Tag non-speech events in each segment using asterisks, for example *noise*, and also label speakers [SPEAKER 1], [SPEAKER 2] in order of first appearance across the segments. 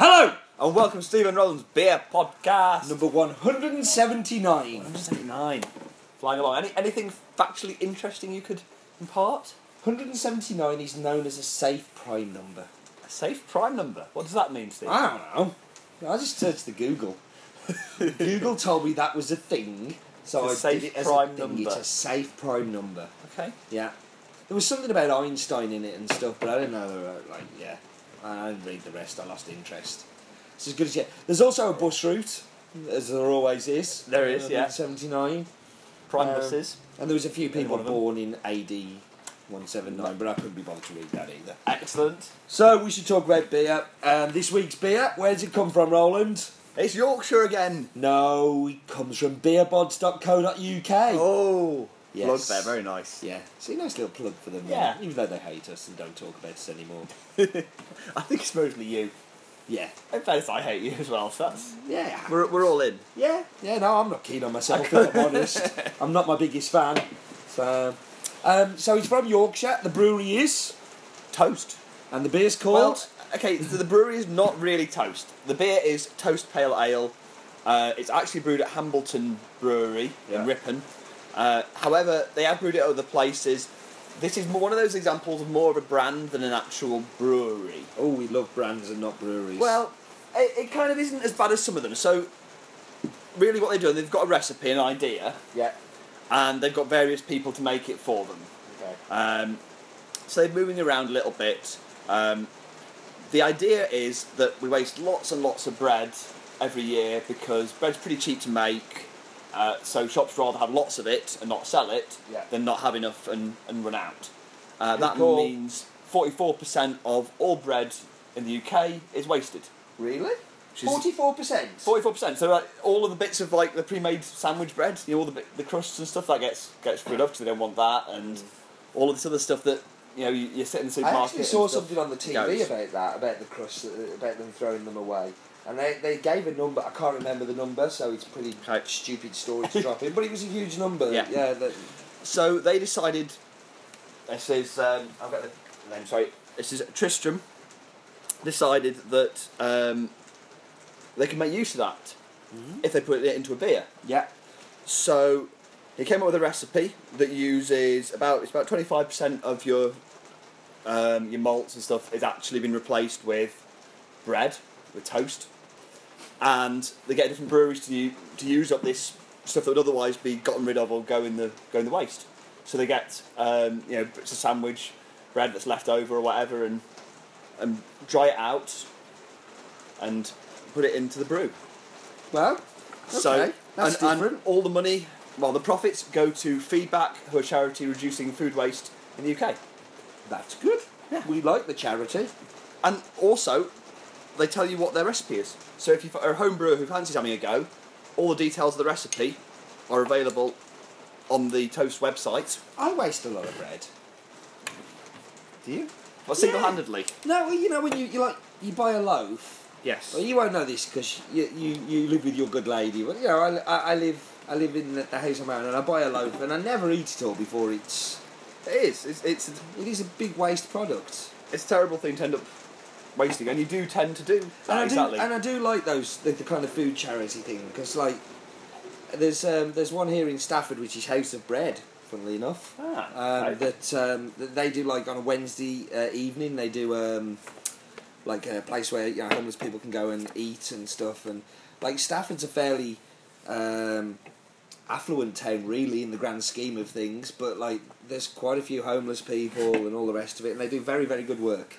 [SPEAKER 1] And welcome to Stephen Rollins Beer Podcast.
[SPEAKER 2] Number 179.
[SPEAKER 1] 179. Flying along. Any, anything factually interesting you could impart?
[SPEAKER 2] 179 is known as a safe prime number.
[SPEAKER 1] A safe prime number. What does that mean, Steve?
[SPEAKER 2] I don't know. I just searched the Google. Google told me that was a thing, so
[SPEAKER 1] It's a
[SPEAKER 2] I
[SPEAKER 1] safe
[SPEAKER 2] did it as
[SPEAKER 1] prime
[SPEAKER 2] a thing.
[SPEAKER 1] number.
[SPEAKER 2] It's a safe prime number.
[SPEAKER 1] Okay.
[SPEAKER 2] Yeah. There was something about Einstein in it and stuff, but I don't know. uh, Like, yeah, I didn't read the rest. I lost interest. It's as good as yet. There's also a bus route, as there always is.
[SPEAKER 1] There is, yeah.
[SPEAKER 2] Seventy nine.
[SPEAKER 1] Prime
[SPEAKER 2] Um,
[SPEAKER 1] buses.
[SPEAKER 2] And there was a few people
[SPEAKER 1] one of them.
[SPEAKER 2] born in AD 179, but I couldn't be bothered to read that either.
[SPEAKER 1] Excellent.
[SPEAKER 2] So we should talk about beer. Um, this week's beer, where's it come from, Roland?
[SPEAKER 1] It's Yorkshire again.
[SPEAKER 2] No, it comes from beerbods.co.uk.
[SPEAKER 1] Oh.
[SPEAKER 2] Yes.
[SPEAKER 1] Plug there. Very nice.
[SPEAKER 2] Yeah, see, nice little plug for them.
[SPEAKER 1] Yeah.
[SPEAKER 2] Even though they hate us and don't talk about us anymore.
[SPEAKER 1] I think it's mostly you.
[SPEAKER 2] Yeah.
[SPEAKER 1] In fairness, I hate you as well. So that's
[SPEAKER 2] Yeah.
[SPEAKER 1] we're, we're all in.
[SPEAKER 2] Yeah, yeah, no, I'm not keen on myself, if I'm *laughs* honest. I'm not my biggest fan. So, um, so it's from Yorkshire, the brewery is,
[SPEAKER 1] Toast.
[SPEAKER 2] and the beer's
[SPEAKER 1] Well,
[SPEAKER 2] called.
[SPEAKER 1] okay, so the brewery is not really toast. The beer is Toast Pale Ale. Uh, it's actually brewed at Hambleton Brewery
[SPEAKER 2] Yeah.
[SPEAKER 1] in Ripon. Uh, however, they have brewed it at other places. This is more- one of those examples of more of a brand than an actual brewery.
[SPEAKER 2] oh, we love brands and not breweries.
[SPEAKER 1] Well, it, it kind of isn't as bad as some of them. So, really, what they're doing, they've got a recipe, an idea,
[SPEAKER 2] yeah.
[SPEAKER 1] and they've got various people to make it for them.
[SPEAKER 2] Okay.
[SPEAKER 1] Um, so they're moving around a little bit. Um, the idea is that we waste lots and lots of bread every year because bread's pretty cheap to make. Uh, so shops rather have lots of it and not sell it
[SPEAKER 2] Yeah.
[SPEAKER 1] than not have enough and, and run out. Uh,
[SPEAKER 2] Good
[SPEAKER 1] that
[SPEAKER 2] call.
[SPEAKER 1] means 44% of all bread in the UK is wasted.
[SPEAKER 2] Really?
[SPEAKER 1] She's-
[SPEAKER 2] Forty-four percent.
[SPEAKER 1] Forty-four percent. So like, all of the bits of like the pre-made sandwich bread, you know, all the bit- the crusts and stuff that gets gets rid of because they don't want that, and all of this other stuff that you know you, you sit in the
[SPEAKER 2] Mm. I
[SPEAKER 1] supermarket.
[SPEAKER 2] actually
[SPEAKER 1] and
[SPEAKER 2] saw
[SPEAKER 1] stuff.
[SPEAKER 2] something on the TV
[SPEAKER 1] goes.
[SPEAKER 2] about that, about the crust, uh, about them throwing them away, and they, they gave a number. I can't remember the number, so it's pretty
[SPEAKER 1] Okay.
[SPEAKER 2] stupid story
[SPEAKER 1] *laughs*
[SPEAKER 2] to drop in, but it was a huge number.
[SPEAKER 1] Yeah.
[SPEAKER 2] yeah that,
[SPEAKER 1] So they decided. This is um, I've got the name. Sorry, this is Tristram. Decided that um, they can make use of that
[SPEAKER 2] Mm.
[SPEAKER 1] if they put it into a beer.
[SPEAKER 2] yeah.
[SPEAKER 1] So he came up with a recipe that uses about it's about twenty five percent of your um, your malts and stuff has actually been replaced with bread with toast, and they get different breweries to u- to use up this stuff that would otherwise be gotten rid of or go in the go in the waste. So they get um, you know bits of sandwich bread that's left over or whatever, and and dry it out and put it into the brew.
[SPEAKER 2] Well, okay,
[SPEAKER 1] So
[SPEAKER 2] that's
[SPEAKER 1] and,
[SPEAKER 2] different.
[SPEAKER 1] and all the money, well, the profits go to Feedback, who are a charity reducing food waste in the UK.
[SPEAKER 2] that's good. Yeah. We like the charity.
[SPEAKER 1] And also, they tell you what their recipe is. So if you are a home brewer who fancies having a go, all the details of the recipe are available on the Toast website.
[SPEAKER 2] I waste a lot of bread.
[SPEAKER 1] Do you? Well, single-handedly.
[SPEAKER 2] No, well, you know when you, you like you buy a loaf.
[SPEAKER 1] Yes.
[SPEAKER 2] Well, you won't know this because you, you, you live with your good lady. But you know, I, I, I live I live in the, the house I'm at, and I buy a loaf, and I never eat it all before it's.
[SPEAKER 1] It is. It's, it's,
[SPEAKER 2] It is a big waste product.
[SPEAKER 1] it's a terrible thing to end up wasting, and you do tend to do that,
[SPEAKER 2] and I
[SPEAKER 1] exactly.
[SPEAKER 2] do and I do like those the, the kind of food charity thing because like there's um, there's one here in Stafford which is House of Bread, funnily enough.
[SPEAKER 1] Ah,
[SPEAKER 2] um,
[SPEAKER 1] okay.
[SPEAKER 2] That um, that they do like on a Wednesday uh, evening they do um, like a place where you know, homeless people can go and eat and stuff and like Stafford's a fairly um, affluent town really in the grand scheme of things, but like there's quite a few homeless people and all the rest of it, and they do very very good work.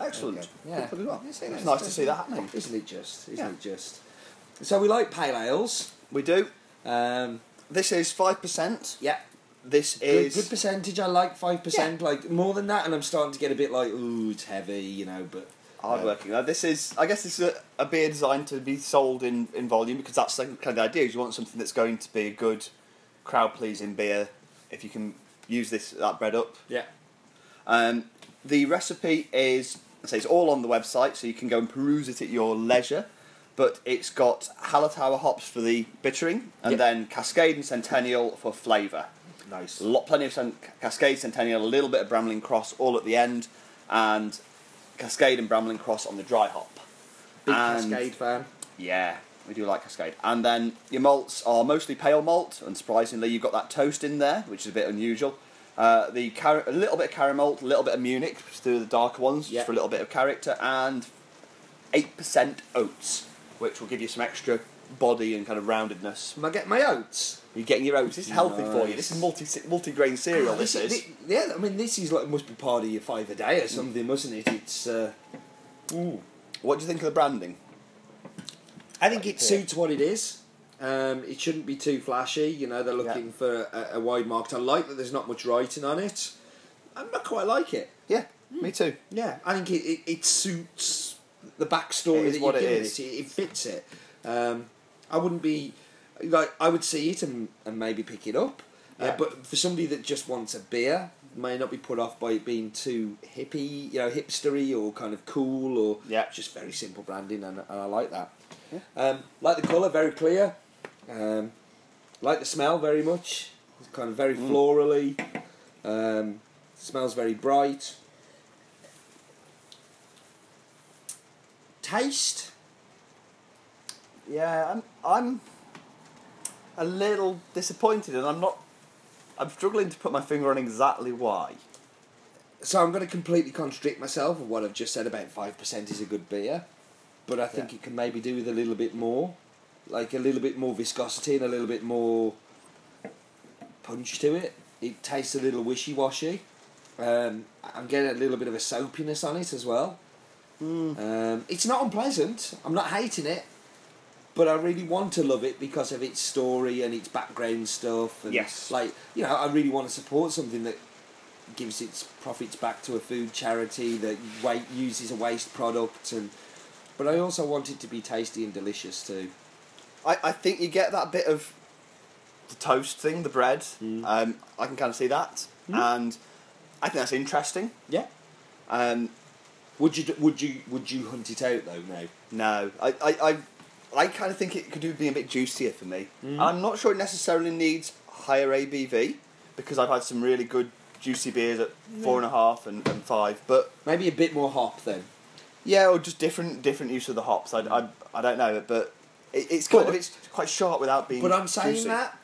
[SPEAKER 1] Excellent.
[SPEAKER 2] Okay.
[SPEAKER 1] Good plug as well.
[SPEAKER 2] Yes,
[SPEAKER 1] It's
[SPEAKER 2] is.
[SPEAKER 1] nice to see that happening.
[SPEAKER 2] Isn't it just? Isn't
[SPEAKER 1] Yeah.
[SPEAKER 2] it just? So we like pale ales.
[SPEAKER 1] We do.
[SPEAKER 2] Um,
[SPEAKER 1] This is 5%.
[SPEAKER 2] yeah.
[SPEAKER 1] This
[SPEAKER 2] Good,
[SPEAKER 1] is...
[SPEAKER 2] good percentage. I like five percent. Like more than that, and I'm starting to get a bit like, ooh, it's heavy, you know. But
[SPEAKER 1] Hard working. Now, this is, I guess, this is a, a beer designed to be sold in, in volume because that's the kind of the idea. Is you want something that's going to be a good, crowd pleasing beer. If you can use this that bread up,
[SPEAKER 2] yeah,
[SPEAKER 1] um, the recipe is, I say, it's all on the website, so you can go and peruse it at your leisure. But it's got Hallertauer hops for the bittering, and
[SPEAKER 2] Yep.
[SPEAKER 1] then Cascade and Centennial for flavour.
[SPEAKER 2] nice.
[SPEAKER 1] Lot, plenty of Cent- Cascade Centennial, a little bit of Bramlin Cross all at the end, and Cascade and Bramlin Cross on the dry hop.
[SPEAKER 2] Big
[SPEAKER 1] And-
[SPEAKER 2] Cascade fan.
[SPEAKER 1] Yeah, we do like Cascade. And then your malts are mostly pale malt. Unsurprisingly, you've got that toast in there, which is a bit unusual. Uh, the car- a little bit of caramel, a little bit of Munich, through the darker ones,
[SPEAKER 2] Yeah.
[SPEAKER 1] just for a little bit of character, and eight percent oats, which will give you some extra body and kind of roundedness.
[SPEAKER 2] Am I getting my oats?
[SPEAKER 1] You're getting your oats. This is healthy for you. This
[SPEAKER 2] Nice.
[SPEAKER 1] is multi multi grain cereal.
[SPEAKER 2] Oh,
[SPEAKER 1] Ah, this, is.
[SPEAKER 2] thi- yeah, I mean, this is like must be part of your five a day or something, mustn't it? It's. Uh,
[SPEAKER 1] Mm. What do you think of the branding?
[SPEAKER 2] I think it
[SPEAKER 1] Yeah.
[SPEAKER 2] suits what it is. Um, it shouldn't be too flashy. You know, they're looking for a, a wide market. I like that there's not much writing on it. I'm not quite like it.
[SPEAKER 1] Yeah, me too.
[SPEAKER 2] Yeah, I think it, it, it suits the backstory
[SPEAKER 1] It is
[SPEAKER 2] that
[SPEAKER 1] what
[SPEAKER 2] you're
[SPEAKER 1] it
[SPEAKER 2] giving
[SPEAKER 1] is.
[SPEAKER 2] it. It, it fits it. Um, I wouldn't be like I would see it and, and maybe pick it up, uh,
[SPEAKER 1] Yeah.
[SPEAKER 2] but for somebody that just wants a beer, may not be put off by it being too hippie, you know, hipstery or kind of cool or
[SPEAKER 1] Yeah.
[SPEAKER 2] just very simple branding, and, and I like that. Um, like the colour, very clear. Um, like the smell very much. It's kind of very
[SPEAKER 1] Mm.
[SPEAKER 2] florally. Um, smells very bright. Taste.
[SPEAKER 1] Yeah, I'm I'm a little disappointed, and I'm not. I'm struggling to put my finger on exactly why.
[SPEAKER 2] So I'm going to completely contradict myself of what I've just said about five percent is a good beer, but I think
[SPEAKER 1] Yeah.
[SPEAKER 2] it can maybe do with a little bit more, like a little bit more viscosity and a little bit more punch to it. It tastes a little wishy washy. Um, I'm getting a little bit of a soapiness on it as well. Um, it's not unpleasant. I'm not hating it, but I really want to love it because of its story and its background stuff. And
[SPEAKER 1] Yes.
[SPEAKER 2] like you know, I really want to support something that gives its profits back to a food charity that wa uses a waste product and. But I also want it to be tasty and delicious too.
[SPEAKER 1] I, I think you get that bit of the toast thing, the bread. Um, I can kind of see that, and I think that's interesting.
[SPEAKER 2] Yeah.
[SPEAKER 1] Um,
[SPEAKER 2] Would you d- would you would you hunt it out though now?
[SPEAKER 1] no, I I, I, I kind of think it could do with being a bit juicier for me.
[SPEAKER 2] Mm.
[SPEAKER 1] And I'm not sure it necessarily needs higher ABV because I've had some really good juicy beers at four and a half and, and five, but.
[SPEAKER 2] Maybe a bit more hop then.
[SPEAKER 1] Yeah, or just different different use of the hops. I, I, I don't know, but it, it's kind
[SPEAKER 2] But-
[SPEAKER 1] of it's quite sharp without being.
[SPEAKER 2] But I'm saying
[SPEAKER 1] juicy.
[SPEAKER 2] that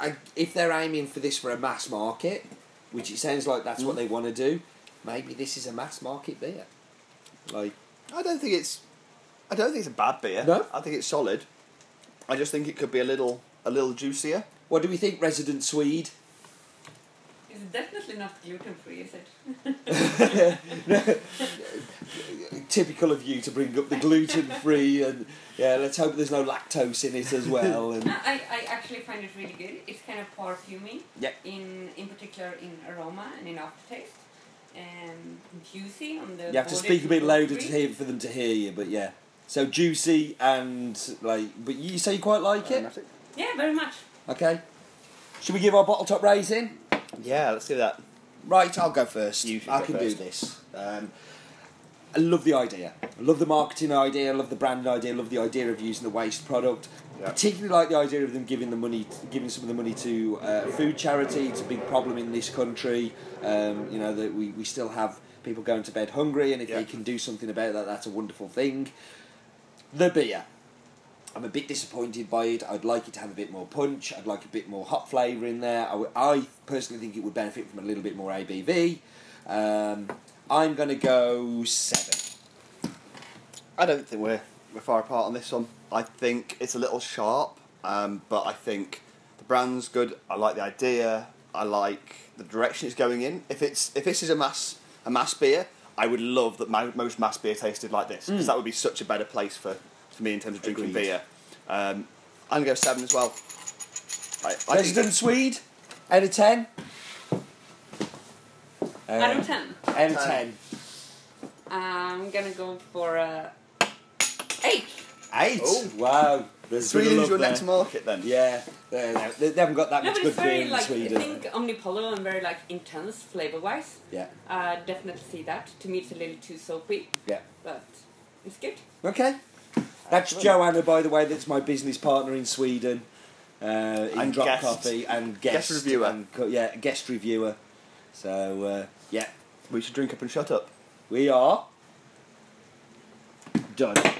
[SPEAKER 2] I, if they're aiming for this for a mass market, which it sounds like that's what they want to do, maybe this is a mass market beer. Like
[SPEAKER 1] I don't think it's. I don't think it's a bad beer.
[SPEAKER 2] No?
[SPEAKER 1] I think it's solid. I just think it could be a little a little juicier.
[SPEAKER 2] What do we think, resident Swede? *laughs*
[SPEAKER 3] It's definitely not gluten free, is it?
[SPEAKER 2] Typical of you to bring up the gluten free and yeah, let's hope there's no lactose in it as well. And
[SPEAKER 3] I, I actually find it really good. It's kind of perfumey,
[SPEAKER 1] Yeah.
[SPEAKER 3] in in particular in aroma and in aftertaste, and juicy on the.
[SPEAKER 2] you have to
[SPEAKER 3] body,
[SPEAKER 2] speak a bit louder to
[SPEAKER 3] gluten-free.
[SPEAKER 2] hear for them to hear you, but yeah. So juicy and like, but you say you quite like it.
[SPEAKER 3] Yeah, very much.
[SPEAKER 2] Okay. Should we give our bottle top rating?
[SPEAKER 1] Yeah, let's do that.
[SPEAKER 2] Right, I'll go first.
[SPEAKER 1] You should
[SPEAKER 2] I
[SPEAKER 1] go
[SPEAKER 2] can
[SPEAKER 1] first.
[SPEAKER 2] do this. Um, I love the idea. I love the marketing idea. I love the brand idea. I love the idea of using the waste product.
[SPEAKER 1] Yeah.
[SPEAKER 2] Particularly like the idea of them giving the money, giving some of the money to uh, food charity. It's a big problem in this country. Um, you know that we, we still have people going to bed hungry, and if
[SPEAKER 1] Yeah.
[SPEAKER 2] they can do something about that, that's a wonderful thing. The beer. I'm a bit disappointed by it. I'd like it to have a bit more punch. I'd like a bit more hot flavour in there. I, w- I personally think it would benefit from a little bit more ABV. Um, I'm going to go seven.
[SPEAKER 1] I don't think we're we're far apart on this one. I think it's a little sharp, um, but I think the brand's good. I like the idea. I like the direction it's going in. If it's if this is a mass a mass beer, I would love that my, most mass beer tasted like this because that would be such a better place for, for me in terms of drinking
[SPEAKER 2] Mm. Agreed.
[SPEAKER 1] beer. Um, I'm gonna go seven as well. I, I think
[SPEAKER 2] Resident Swede, out of ten. Uh,
[SPEAKER 3] Out of ten,
[SPEAKER 2] Out of ten.
[SPEAKER 3] I'm gonna go for a eight.
[SPEAKER 2] Eight.
[SPEAKER 1] Oh.
[SPEAKER 2] Wow. There's been a
[SPEAKER 1] Sweden's
[SPEAKER 2] lot
[SPEAKER 1] your
[SPEAKER 2] there.
[SPEAKER 1] next market then.
[SPEAKER 2] Yeah, they, they- they haven't got that
[SPEAKER 3] No,
[SPEAKER 2] much
[SPEAKER 3] but
[SPEAKER 2] good
[SPEAKER 3] it's
[SPEAKER 2] beer
[SPEAKER 3] very
[SPEAKER 2] in
[SPEAKER 3] like
[SPEAKER 2] Sweden.
[SPEAKER 3] I think omnipolar and very like intense flavor wise.
[SPEAKER 2] Yeah,
[SPEAKER 3] Uh, definitely see that. To me, it's a little too soapy,
[SPEAKER 2] yeah.
[SPEAKER 3] but it's good.
[SPEAKER 2] Okay. That's
[SPEAKER 1] Excellent.
[SPEAKER 2] Joanna, by the way. That's my business partner in Sweden. Uh, in
[SPEAKER 1] And
[SPEAKER 2] Drop
[SPEAKER 1] guest-
[SPEAKER 2] Coffee and guest,
[SPEAKER 1] guest reviewer.
[SPEAKER 2] and co- yeah, guest reviewer. So uh, yeah,
[SPEAKER 1] We should drink up and shut up.
[SPEAKER 2] we are done.